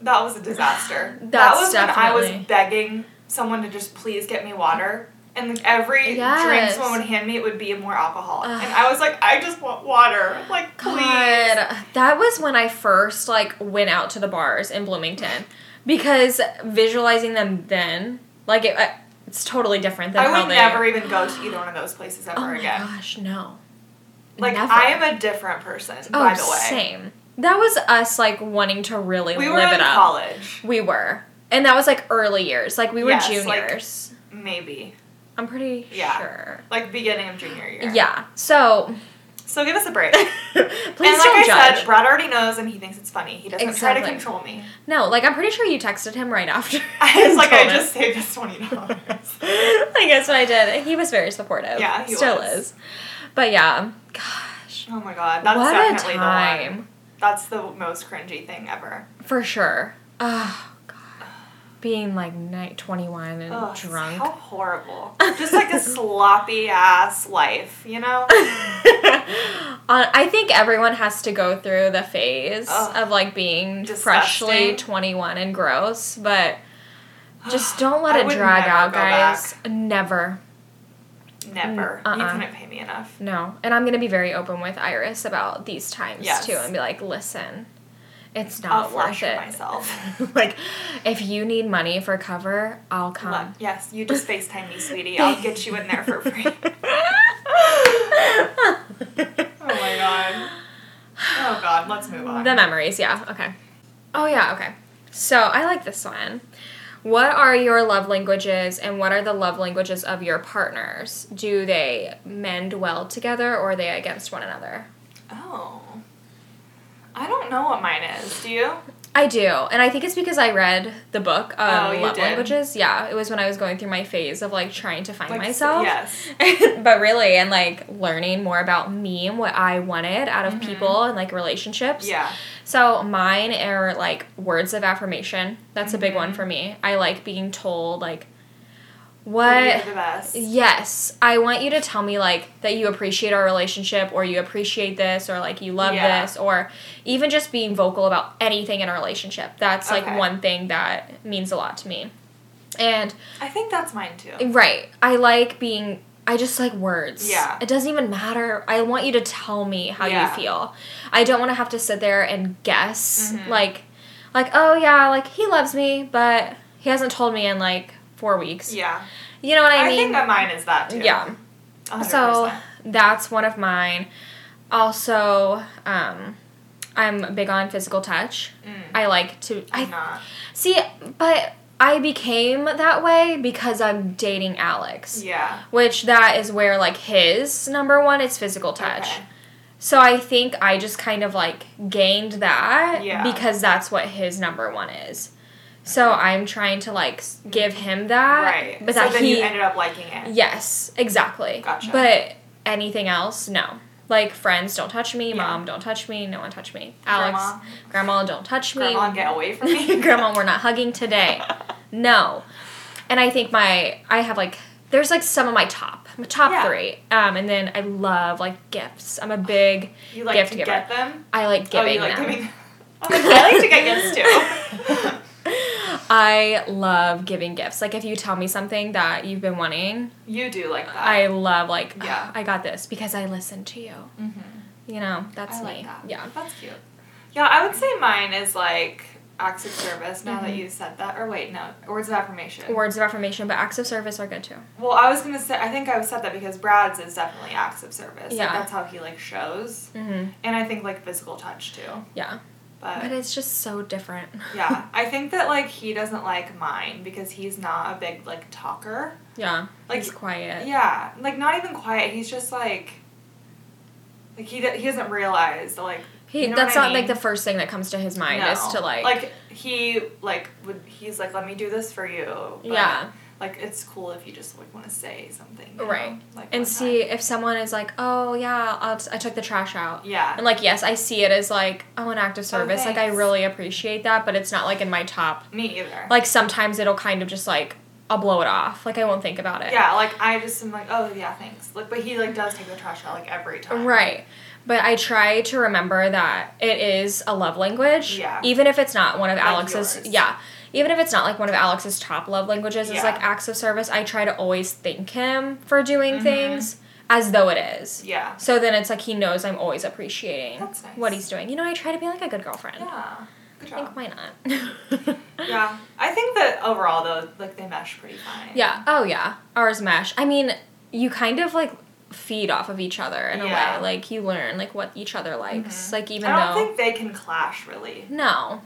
Speaker 2: That was a disaster. that
Speaker 1: That's
Speaker 2: was when I was
Speaker 1: definitely-
Speaker 2: begging someone to just please get me water. And like, every drink
Speaker 1: Yes.
Speaker 2: someone would hand me, it would be more alcohol.
Speaker 1: Ugh.
Speaker 2: And I was like, I just want water. Like, please.
Speaker 1: God, that was when I first like went out to the bars in Bloomington because visualizing them then, like it, I- it's totally different than
Speaker 2: I
Speaker 1: how
Speaker 2: would
Speaker 1: they.
Speaker 2: never even go to either one of those places ever
Speaker 1: oh my
Speaker 2: again.
Speaker 1: gosh, no.
Speaker 2: Like
Speaker 1: Never.
Speaker 2: I am a different person,
Speaker 1: oh,
Speaker 2: by the way.
Speaker 1: same. That was us like wanting to really
Speaker 2: We
Speaker 1: live
Speaker 2: were
Speaker 1: it
Speaker 2: in
Speaker 1: up.
Speaker 2: college,
Speaker 1: We were, and that was like early years. Like we were
Speaker 2: Yes, like-
Speaker 1: juniors.
Speaker 2: maybe.
Speaker 1: I'm pretty
Speaker 2: Yeah.
Speaker 1: sure.
Speaker 2: Like beginning of junior year.
Speaker 1: Yeah. So
Speaker 2: So give us a break.
Speaker 1: please
Speaker 2: and like
Speaker 1: don't
Speaker 2: I
Speaker 1: judge.
Speaker 2: said, Brad already knows and he thinks it's funny. He doesn't try
Speaker 1: Exactly.
Speaker 2: to control me.
Speaker 1: no, like I'm pretty sure you texted him right after.
Speaker 2: I was like, I
Speaker 1: told us.
Speaker 2: just saved us twenty dollars.
Speaker 1: I guess what I did. He was very supportive.
Speaker 2: Yeah, he
Speaker 1: still
Speaker 2: was.
Speaker 1: is. But yeah, gosh,
Speaker 2: Oh my god, that's
Speaker 1: what a
Speaker 2: definitely the
Speaker 1: time
Speaker 2: one. That's the most cringy thing ever.
Speaker 1: for sure. Oh god, being like night twenty one and
Speaker 2: Ugh,
Speaker 1: drunk.
Speaker 2: How horrible. Just like a sloppy ass life, you know?
Speaker 1: Uh, I think everyone has to go through the phase
Speaker 2: Ugh.
Speaker 1: of like being
Speaker 2: Disgusting.
Speaker 1: freshly twenty one and gross, but just don't let
Speaker 2: I
Speaker 1: it
Speaker 2: would
Speaker 1: drag
Speaker 2: never
Speaker 1: out,
Speaker 2: go
Speaker 1: guys. Never.
Speaker 2: Never. You
Speaker 1: uh-uh.
Speaker 2: couldn't pay me enough.
Speaker 1: No. And I'm going to be very open with Iris about these times
Speaker 2: Yes.
Speaker 1: too and be like, listen, it's
Speaker 2: I'll
Speaker 1: not worth
Speaker 2: flash
Speaker 1: it.
Speaker 2: myself.
Speaker 1: like, if you need money for cover, I'll come.
Speaker 2: Look, yes, you just FaceTime me, sweetie. I'll get you in there for free. oh my god. Oh god, let's move on.
Speaker 1: The memories, yeah. Okay. Oh, yeah, okay. So I like this one. What are your love languages and what are the love languages of your partners? Do they mend well together or are they against one another?
Speaker 2: oh. I don't know what mine is. Do you?
Speaker 1: I do, and I think it's because I read the book
Speaker 2: Oh,
Speaker 1: um,
Speaker 2: you
Speaker 1: Love
Speaker 2: did.
Speaker 1: Languages. Yeah, it was when I was going through my phase of like trying to find
Speaker 2: Like,
Speaker 1: myself.
Speaker 2: Yes.
Speaker 1: but really, and like learning more about me and what I wanted out of people and like relationships.
Speaker 2: Mm-hmm. Yeah.
Speaker 1: So mine are like words of affirmation. That's a big
Speaker 2: Mm-hmm.
Speaker 1: one for me. I like being told like
Speaker 2: You're
Speaker 1: what.
Speaker 2: the best.
Speaker 1: Yes, I want you to tell me like that you appreciate our relationship or you appreciate this or like you love
Speaker 2: Yeah.
Speaker 1: this or even just being vocal about anything in a relationship. That's like
Speaker 2: Okay.
Speaker 1: one thing that means a lot to me. And
Speaker 2: I think that's mine too.
Speaker 1: right, I like being I just like words.
Speaker 2: Yeah.
Speaker 1: It doesn't even matter. I want you to tell me how
Speaker 2: Yeah.
Speaker 1: you feel. I don't want to have to sit there and guess
Speaker 2: Mhm.
Speaker 1: like like oh yeah, like he loves me, but he hasn't told me in like 4 weeks.
Speaker 2: Yeah.
Speaker 1: You know what I,
Speaker 2: I,
Speaker 1: mean?
Speaker 2: think that mine is that too.
Speaker 1: yeah.
Speaker 2: 100%.
Speaker 1: So that's one of mine. Also, um, I'm big on physical touch.
Speaker 2: Mm.
Speaker 1: I like to.
Speaker 2: I'm
Speaker 1: I
Speaker 2: not.
Speaker 1: see, but I became that way because I'm dating Alex,
Speaker 2: Yeah.
Speaker 1: which that is where like his number one is physical touch.
Speaker 2: Okay.
Speaker 1: So I think I just kind of like gained that
Speaker 2: Yeah.
Speaker 1: because that's what his number one is. So I'm trying to like s- give him that,
Speaker 2: Right.
Speaker 1: But
Speaker 2: so
Speaker 1: that
Speaker 2: then
Speaker 1: he
Speaker 2: you ended up liking it.
Speaker 1: Yes, exactly.
Speaker 2: Gotcha.
Speaker 1: But anything else, no. Like friends, don't touch me.
Speaker 2: Yeah.
Speaker 1: Mom, don't touch me. No one touch me. Alex, grandma, don't touch me.
Speaker 2: Grandma, get away from me.
Speaker 1: Grandma, we're not hugging today. No. And I think my I have like there's like some of my top my top
Speaker 2: Yeah.
Speaker 1: three. Um, and then I love like gifts. I'm a big
Speaker 2: You like
Speaker 1: Gift
Speaker 2: to
Speaker 1: giver.
Speaker 2: get them?
Speaker 1: I like
Speaker 2: oh,
Speaker 1: giving
Speaker 2: you like
Speaker 1: them.
Speaker 2: giving I'm like, I like to get gifts too.
Speaker 1: I love giving gifts. Like if you tell me something that you've been wanting,
Speaker 2: you do like that.
Speaker 1: I love like "Ah,
Speaker 2: Yeah.
Speaker 1: I got this because I listened to you.
Speaker 2: mm-hmm.
Speaker 1: You know, that's
Speaker 2: I
Speaker 1: me.
Speaker 2: like that.
Speaker 1: Yeah.
Speaker 2: That's cute. Yeah, I would say mine is like acts of service now that
Speaker 1: Mhm.
Speaker 2: you said that. Or wait, no, words of affirmation.
Speaker 1: words of affirmation, but acts of service are good too.
Speaker 2: well, I was gonna say, I think I said that because Brad's is definitely acts of service. Like,
Speaker 1: Yeah.
Speaker 2: that's how he like shows.
Speaker 1: Mm-hmm.
Speaker 2: And I think like physical touch too.
Speaker 1: Yeah.
Speaker 2: But,
Speaker 1: But it's just so different.
Speaker 2: yeah, I think that like he doesn't like mine because he's not a big like talker.
Speaker 1: yeah.
Speaker 2: Like-
Speaker 1: Like it's quiet.
Speaker 2: Yeah, like not even quiet. He's just like like he do- he doesn't realize like
Speaker 1: He,
Speaker 2: you know
Speaker 1: that's
Speaker 2: what I
Speaker 1: not like
Speaker 2: mean?
Speaker 1: the first thing that comes to his mind is
Speaker 2: No.
Speaker 1: to like,
Speaker 2: like he like would he's like let me do this for you. but,
Speaker 1: yeah.
Speaker 2: Like it's cool if you just like want to say something. you
Speaker 1: Right.
Speaker 2: know, Like one
Speaker 1: And see if someone is like, oh yeah, I'll t- I took the trash out.
Speaker 2: time. Yeah.
Speaker 1: And like yes, I see it as like oh an act of service. like I
Speaker 2: thanks.
Speaker 1: really appreciate that, but it's not like in my top.
Speaker 2: Me either.
Speaker 1: Like sometimes it'll kind of just like I'll blow it off. Like I won't think about it.
Speaker 2: yeah, like I just am like oh yeah thanks. Like but he like does take the trash out like every time.
Speaker 1: Right. But I try to remember that it is a love language.
Speaker 2: Yeah.
Speaker 1: Even if it's not one of
Speaker 2: Like
Speaker 1: Alex's
Speaker 2: yours.
Speaker 1: yeah. Even if it's not like one of Alex's top love languages,
Speaker 2: Yeah.
Speaker 1: it's like acts of service. I try to always thank him for doing
Speaker 2: Mhm.
Speaker 1: things as though it is.
Speaker 2: Yeah.
Speaker 1: So then it's like he knows I'm always appreciating
Speaker 2: That's nice.
Speaker 1: what he's doing. You know, I try to be like a good girlfriend.
Speaker 2: Yeah. Good
Speaker 1: I think
Speaker 2: job.
Speaker 1: why not?
Speaker 2: Yeah. I think that overall though like they mesh pretty fine.
Speaker 1: Yeah. Oh yeah. Ours mesh. I mean, you kind of like feed off of each other in
Speaker 2: Yeah.
Speaker 1: a way. Like you learn like what each other likes.
Speaker 2: Mhm.
Speaker 1: Like even
Speaker 2: I don't
Speaker 1: though
Speaker 2: think they can clash really
Speaker 1: no.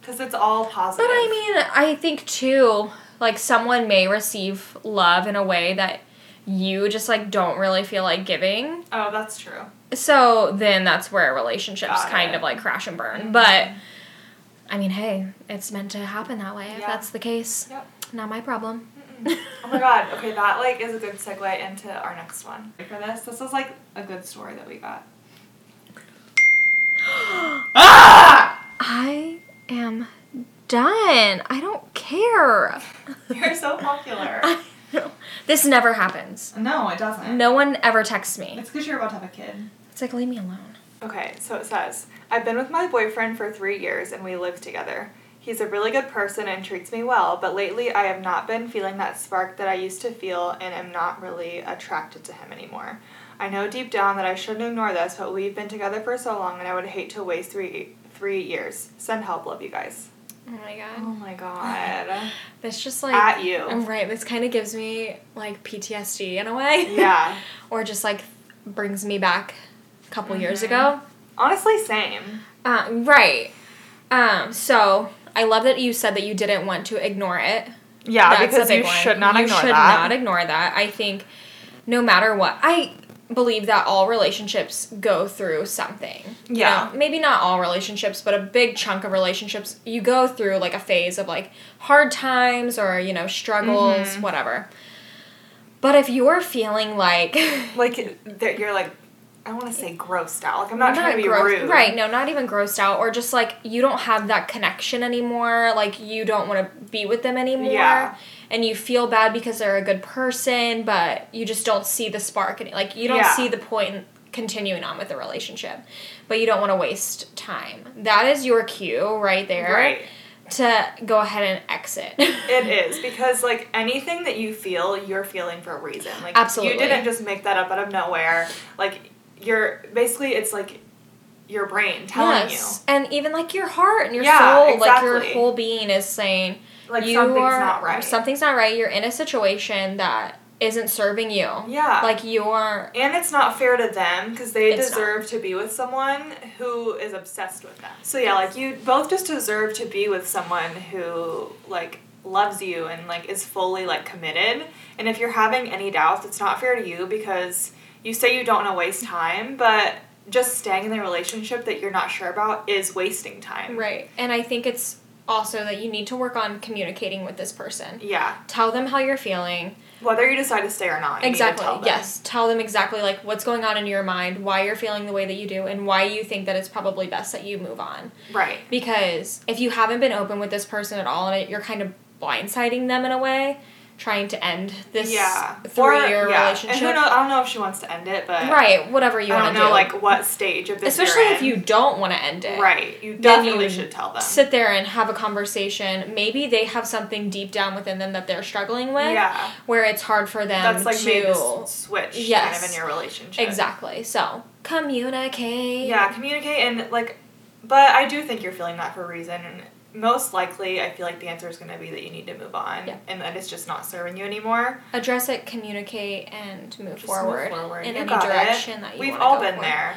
Speaker 2: because it's all positive.
Speaker 1: But I mean, I think too, like someone may receive love in a way that you just like don't really feel like giving.
Speaker 2: oh, that's true.
Speaker 1: So then that's where relationships
Speaker 2: Got
Speaker 1: kind
Speaker 2: it.
Speaker 1: of like crash and burn.
Speaker 2: Mhm.
Speaker 1: But I mean, hey, it's meant to happen that way. If
Speaker 2: Yeah.
Speaker 1: that's the case,
Speaker 2: Yep.
Speaker 1: not my problem.
Speaker 2: Mm-mm. Oh my god. Okay, that like is a good segue into our next one. For this, this is like a good story that we got. ah!
Speaker 1: I am done. I don't care.
Speaker 2: You're so popular.
Speaker 1: I know. This never happens.
Speaker 2: No, it doesn't.
Speaker 1: No one ever texts me.
Speaker 2: It's because you're about to have a kid.
Speaker 1: It's like, leave me alone.
Speaker 2: Okay, so it says, I've been with my boyfriend for three years and we live together. He's a really good person and treats me well, but lately I have not been feeling that spark that I used to feel and am not really attracted to him anymore. I know deep down that I shouldn't ignore this, but we've been together for so long and I would hate to waste three three years. Send help, love you guys.
Speaker 1: Oh my
Speaker 2: Oh
Speaker 1: god.
Speaker 2: my god.
Speaker 1: That's just like.
Speaker 2: At you.
Speaker 1: Oh, Right, this kind of gives me like PTSD in a way.
Speaker 2: Yeah.
Speaker 1: or just like brings me back a couple years
Speaker 2: Mhm.
Speaker 1: ago.
Speaker 2: Honestly, same.
Speaker 1: Uh, right. Um, so I love that you said that you didn't want to ignore it.
Speaker 2: Yeah,
Speaker 1: That's a big one. you should not ignore that. I think no matter what, I believe that all relationships go through something. You
Speaker 2: Yeah.
Speaker 1: know, maybe not all relationships, but a big chunk of relationships, you go through like a phase of like hard times or, you know, struggles,
Speaker 2: Mhm.
Speaker 1: whatever. But if you're feeling like
Speaker 2: like that you're like I want to say grossed out. Like I'm not, trying to be
Speaker 1: gross-
Speaker 2: rude.
Speaker 1: Right, no, not even grossed out, or just like you don't have that connection anymore. Like you don't want to be with them anymore.
Speaker 2: Yeah.
Speaker 1: And you feel bad because they're a good person, but you just don't see the spark. And like you don't
Speaker 2: Yeah.
Speaker 1: see the point in continuing on with the relationship, but you don't want to waste time. That is your cue right there
Speaker 2: Right.
Speaker 1: to go ahead and exit.
Speaker 2: It is because like anything that you feel, you're feeling for a reason. Like
Speaker 1: Absolutely.
Speaker 2: you didn't just make that up out of nowhere. Like you're basically it's like your brain telling
Speaker 1: yes. And even like your heart and your
Speaker 2: Yeah,
Speaker 1: soul, like your
Speaker 2: exactly.
Speaker 1: whole being is saying,
Speaker 2: you like something's
Speaker 1: are-
Speaker 2: not right.
Speaker 1: Something's not right. You're in a situation that isn't serving you.
Speaker 2: yeah.
Speaker 1: Like you are.
Speaker 2: and it's not fair to them because they
Speaker 1: It's not.
Speaker 2: deserve to be with someone who is obsessed with them. So yeah, like you both just deserve to be with someone who like loves you and like is fully like committed. And if you're having any doubts, it's not fair to you because you say you don't want to waste time, but just staying in the relationship that you're not sure about is wasting time.
Speaker 1: Right. And I think it's also that you need to work on communicating with this person.
Speaker 2: Yeah.
Speaker 1: Tell them how you're feeling.
Speaker 2: Whether you decide to stay or not. you need to
Speaker 1: exactly.
Speaker 2: tell them.
Speaker 1: yes. Tell them exactly like what's going on in your mind, why you're feeling the way that you do, and why you think that it's probably best that you move on.
Speaker 2: Right.
Speaker 1: Because if you haven't been open with this person at all, and it, you're kind of blindsiding them in a way, trying to end this
Speaker 2: yeah.
Speaker 1: three-year
Speaker 2: Or- yeah.
Speaker 1: relationship.
Speaker 2: And who knows, I don't know if she wants to end it, but
Speaker 1: Right, whatever you
Speaker 2: I
Speaker 1: want
Speaker 2: don't
Speaker 1: to
Speaker 2: know
Speaker 1: do.
Speaker 2: like what stage of this. you're
Speaker 1: especially if
Speaker 2: in.
Speaker 1: you don't want to end it.
Speaker 2: right, you
Speaker 1: Then you
Speaker 2: definitely should tell them.
Speaker 1: Sit there and have a conversation. Maybe they have something deep down within them that they're struggling with.
Speaker 2: yeah,
Speaker 1: Where it's hard for them
Speaker 2: that's like
Speaker 1: to
Speaker 2: made this switch kind
Speaker 1: Yes.
Speaker 2: of in your relationship.
Speaker 1: Exactly. So communicate.
Speaker 2: Yeah, communicate and like, but I do think you're feeling that for a reason. And most likely, I feel like the answer is going to be that you need to move on
Speaker 1: Yeah.
Speaker 2: and that it's just not serving you anymore.
Speaker 1: Address it, communicate, and move
Speaker 2: Just move
Speaker 1: forward,
Speaker 2: forward.
Speaker 1: in
Speaker 2: You
Speaker 1: any
Speaker 2: got it.
Speaker 1: direction that you
Speaker 2: We've
Speaker 1: wanna
Speaker 2: all
Speaker 1: go
Speaker 2: been
Speaker 1: for.
Speaker 2: there.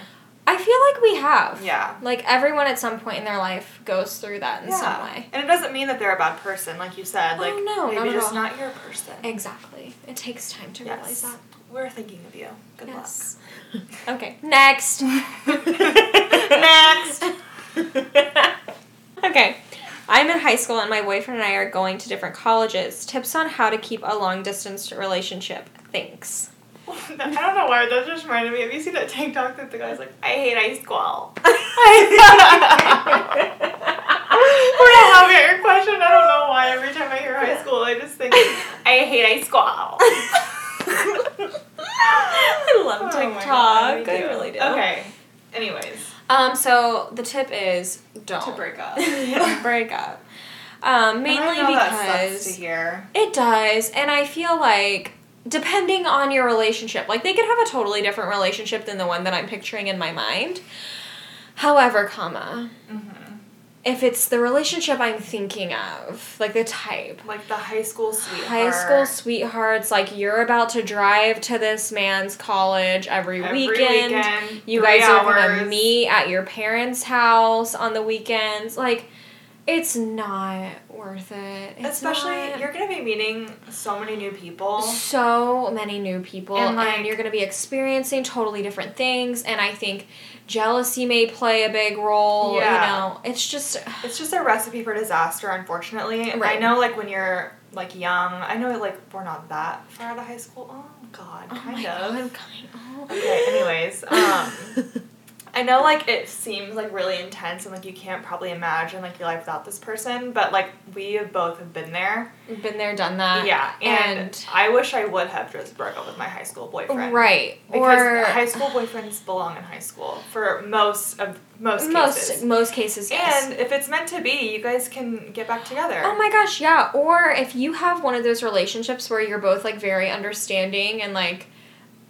Speaker 1: I feel like we have.
Speaker 2: Yeah.
Speaker 1: Like everyone at some point in their life goes through that in some way.
Speaker 2: And it doesn't mean that they're a bad person, like you said.
Speaker 1: Oh,
Speaker 2: Like
Speaker 1: no,
Speaker 2: maybe
Speaker 1: not at
Speaker 2: just
Speaker 1: all.
Speaker 2: not your person.
Speaker 1: Exactly. It takes time to realize
Speaker 2: yes.
Speaker 1: that.
Speaker 2: We're thinking of you. Good
Speaker 1: yes. okay. Next.
Speaker 2: Next.
Speaker 1: okay. I'm in high school and my boyfriend and I are going to different colleges. Tips on how to keep a long distance relationship. Thanks.
Speaker 2: luck. I don't know why that just reminded me. Have you seen that TikTok that the guy's like, I hate high school. We're gonna have your question. I don't know why. Every time I hear high school, I just think I hate high school.
Speaker 1: I love
Speaker 2: Oh my
Speaker 1: TikTok.
Speaker 2: God, we
Speaker 1: I really do.
Speaker 2: Okay. Anyways,
Speaker 1: Um, so the tip is don't
Speaker 2: to break up.
Speaker 1: Yeah, break up. Um,
Speaker 2: And I
Speaker 1: mainly
Speaker 2: know
Speaker 1: because
Speaker 2: that sucks to hear.
Speaker 1: It does, and I feel like depending on your relationship, like they could have a totally different relationship than the one that I'm picturing in my mind. However, comma,
Speaker 2: Mm-hmm.
Speaker 1: if it's the relationship I'm thinking of, like the type,
Speaker 2: Like the high school sweetheart.
Speaker 1: high school sweethearts, like you're about to drive to this man's college every,
Speaker 2: Every
Speaker 1: weekend.
Speaker 2: weekend,
Speaker 1: You
Speaker 2: three
Speaker 1: guys are gonna
Speaker 2: hours.
Speaker 1: meet at your parents' house on the weekends, like. It's not worth it. It's
Speaker 2: Especially,
Speaker 1: not-
Speaker 2: you're gonna be meeting so many new people.
Speaker 1: so many new people and,
Speaker 2: And, like-
Speaker 1: you're going to be experiencing totally different things and i think jealousy may play a big role
Speaker 2: Yeah.
Speaker 1: you know it's just oh
Speaker 2: It's just a recipe for disaster, unfortunately.
Speaker 1: Right.
Speaker 2: I know, like when you're like young, I know, like we're not that far out of high school. Oh God,
Speaker 1: oh
Speaker 2: kind
Speaker 1: my
Speaker 2: of.
Speaker 1: God, kind of
Speaker 2: Okay. Anyways, um, I know, like it seems like really intense, and like you can't probably imagine like your life without this person. But like we have both have been there.
Speaker 1: been there done that
Speaker 2: yeah,
Speaker 1: Uh,
Speaker 2: and,
Speaker 1: and,
Speaker 2: I wish I would have just broke up with my high school boyfriend.
Speaker 1: right
Speaker 2: Because
Speaker 1: or
Speaker 2: high school boyfriends belong in high school for most of most,
Speaker 1: most
Speaker 2: cases.
Speaker 1: most cases yes
Speaker 2: And if it's meant to be, you guys can get back together.
Speaker 1: Oh my gosh, yeah. Or if you have one of those relationships where you're both like very understanding and like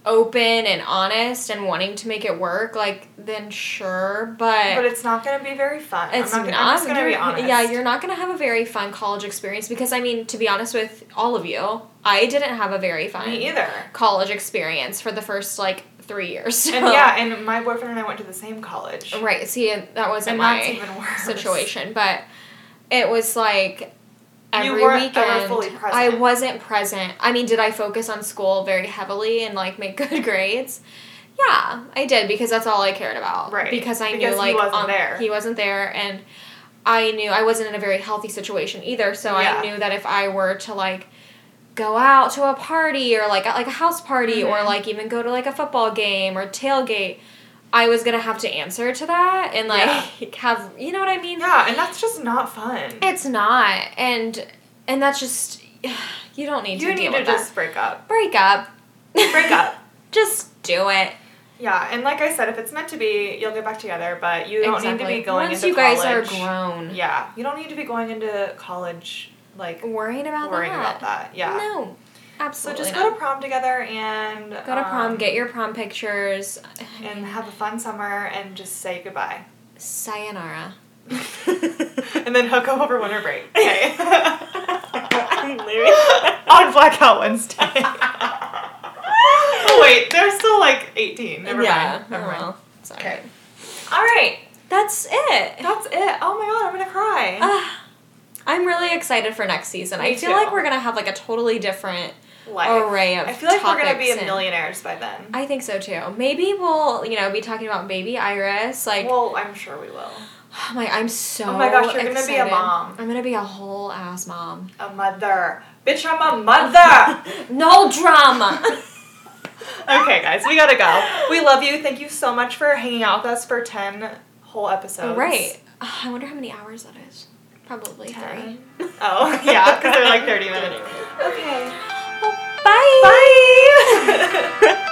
Speaker 1: open and honest and wanting to make it work, like then sure, but,
Speaker 2: But it's not gonna be very fun.
Speaker 1: it's
Speaker 2: I'm
Speaker 1: not.
Speaker 2: not, gonna- I'm just gonna be
Speaker 1: you're-
Speaker 2: honest.
Speaker 1: Yeah, you're not gonna have a very fun college experience because I mean, to be honest with all of you, I didn't have a very fun
Speaker 2: me either.
Speaker 1: college experience for the first like three years.
Speaker 2: And
Speaker 1: so-
Speaker 2: yeah, and my boyfriend and I went to the same college.
Speaker 1: right. See, and that wasn't
Speaker 2: And
Speaker 1: my
Speaker 2: that's even worse.
Speaker 1: situation, but it was like
Speaker 2: You
Speaker 1: every
Speaker 2: weren't
Speaker 1: weekend
Speaker 2: ever fully present.
Speaker 1: I wasn't present. I mean, did I focus on school very heavily and like make good grades? Yeah, I did because that's all I cared about.
Speaker 2: Right.
Speaker 1: Because I
Speaker 2: Because
Speaker 1: knew
Speaker 2: he
Speaker 1: like
Speaker 2: wasn't
Speaker 1: on-
Speaker 2: there.
Speaker 1: he wasn't there and I knew I wasn't in a very healthy situation either, so
Speaker 2: Yeah.
Speaker 1: I knew that if I were to like go out to a party or like at like a house party or
Speaker 2: Mhm.
Speaker 1: like even go to like a football game or tailgate, I was gonna have to answer to that and like have you know what I mean?
Speaker 2: Yeah, and that's just not fun.
Speaker 1: It's not, and and that's just you don't need
Speaker 2: you
Speaker 1: to
Speaker 2: need
Speaker 1: deal
Speaker 2: to
Speaker 1: with
Speaker 2: just
Speaker 1: that.
Speaker 2: break up.
Speaker 1: Break up.
Speaker 2: Break up.
Speaker 1: just do it.
Speaker 2: Yeah, and like I said, if it's meant to be, you'll get back together. But you don't need to
Speaker 1: Exactly.
Speaker 2: be going
Speaker 1: Once
Speaker 2: into
Speaker 1: you guys
Speaker 2: college.
Speaker 1: are grown,
Speaker 2: Yeah, you don't need to be going into college like
Speaker 1: worrying about
Speaker 2: worrying
Speaker 1: that.
Speaker 2: about that. Yeah.
Speaker 1: No,
Speaker 2: So
Speaker 1: absolutely.
Speaker 2: just
Speaker 1: not.
Speaker 2: go to prom together and
Speaker 1: Go to prom,
Speaker 2: um,
Speaker 1: get your prom pictures.
Speaker 2: and have a fun summer and just say goodbye.
Speaker 1: Sayonara.
Speaker 2: and then hook up over winter break. Okay.
Speaker 1: I'm leaving.
Speaker 2: On Blackout Wednesday. oh wait, they're still like eighteen. Never
Speaker 1: yeah.
Speaker 2: mind. Never
Speaker 1: oh,
Speaker 2: mind.
Speaker 1: well, it's all
Speaker 2: Okay.
Speaker 1: right.
Speaker 2: All right,
Speaker 1: That's it.
Speaker 2: that's it. Oh my god, I'm gonna cry.
Speaker 1: Ah, I'm really excited for next season. I
Speaker 2: Me
Speaker 1: feel
Speaker 2: too.
Speaker 1: like we're gonna have like a totally different
Speaker 2: Life.
Speaker 1: Uh, array of
Speaker 2: I feel like we're gonna be
Speaker 1: topics
Speaker 2: a
Speaker 1: and-
Speaker 2: millionaires by then.
Speaker 1: I think so too. Maybe we'll, you know, be talking about baby Iris. Like,
Speaker 2: well, I'm sure we will.
Speaker 1: oh my, I'm so.
Speaker 2: Oh my gosh, you're gonna be a
Speaker 1: excited.
Speaker 2: mom.
Speaker 1: I'm gonna be a whole ass mom.
Speaker 2: A mother. Bitch, I'm a mother.
Speaker 1: No drama.
Speaker 2: okay, guys, we gotta go. We love you. Thank you so much for hanging out with us for 10 whole episodes.
Speaker 1: right. Ugh, I wonder how many hours that is. Probably
Speaker 2: Ten.
Speaker 1: three.
Speaker 2: Oh, yeah,
Speaker 1: Oh,
Speaker 2: because they're like 30 minutes. Okay.
Speaker 1: Bye.
Speaker 2: Bye.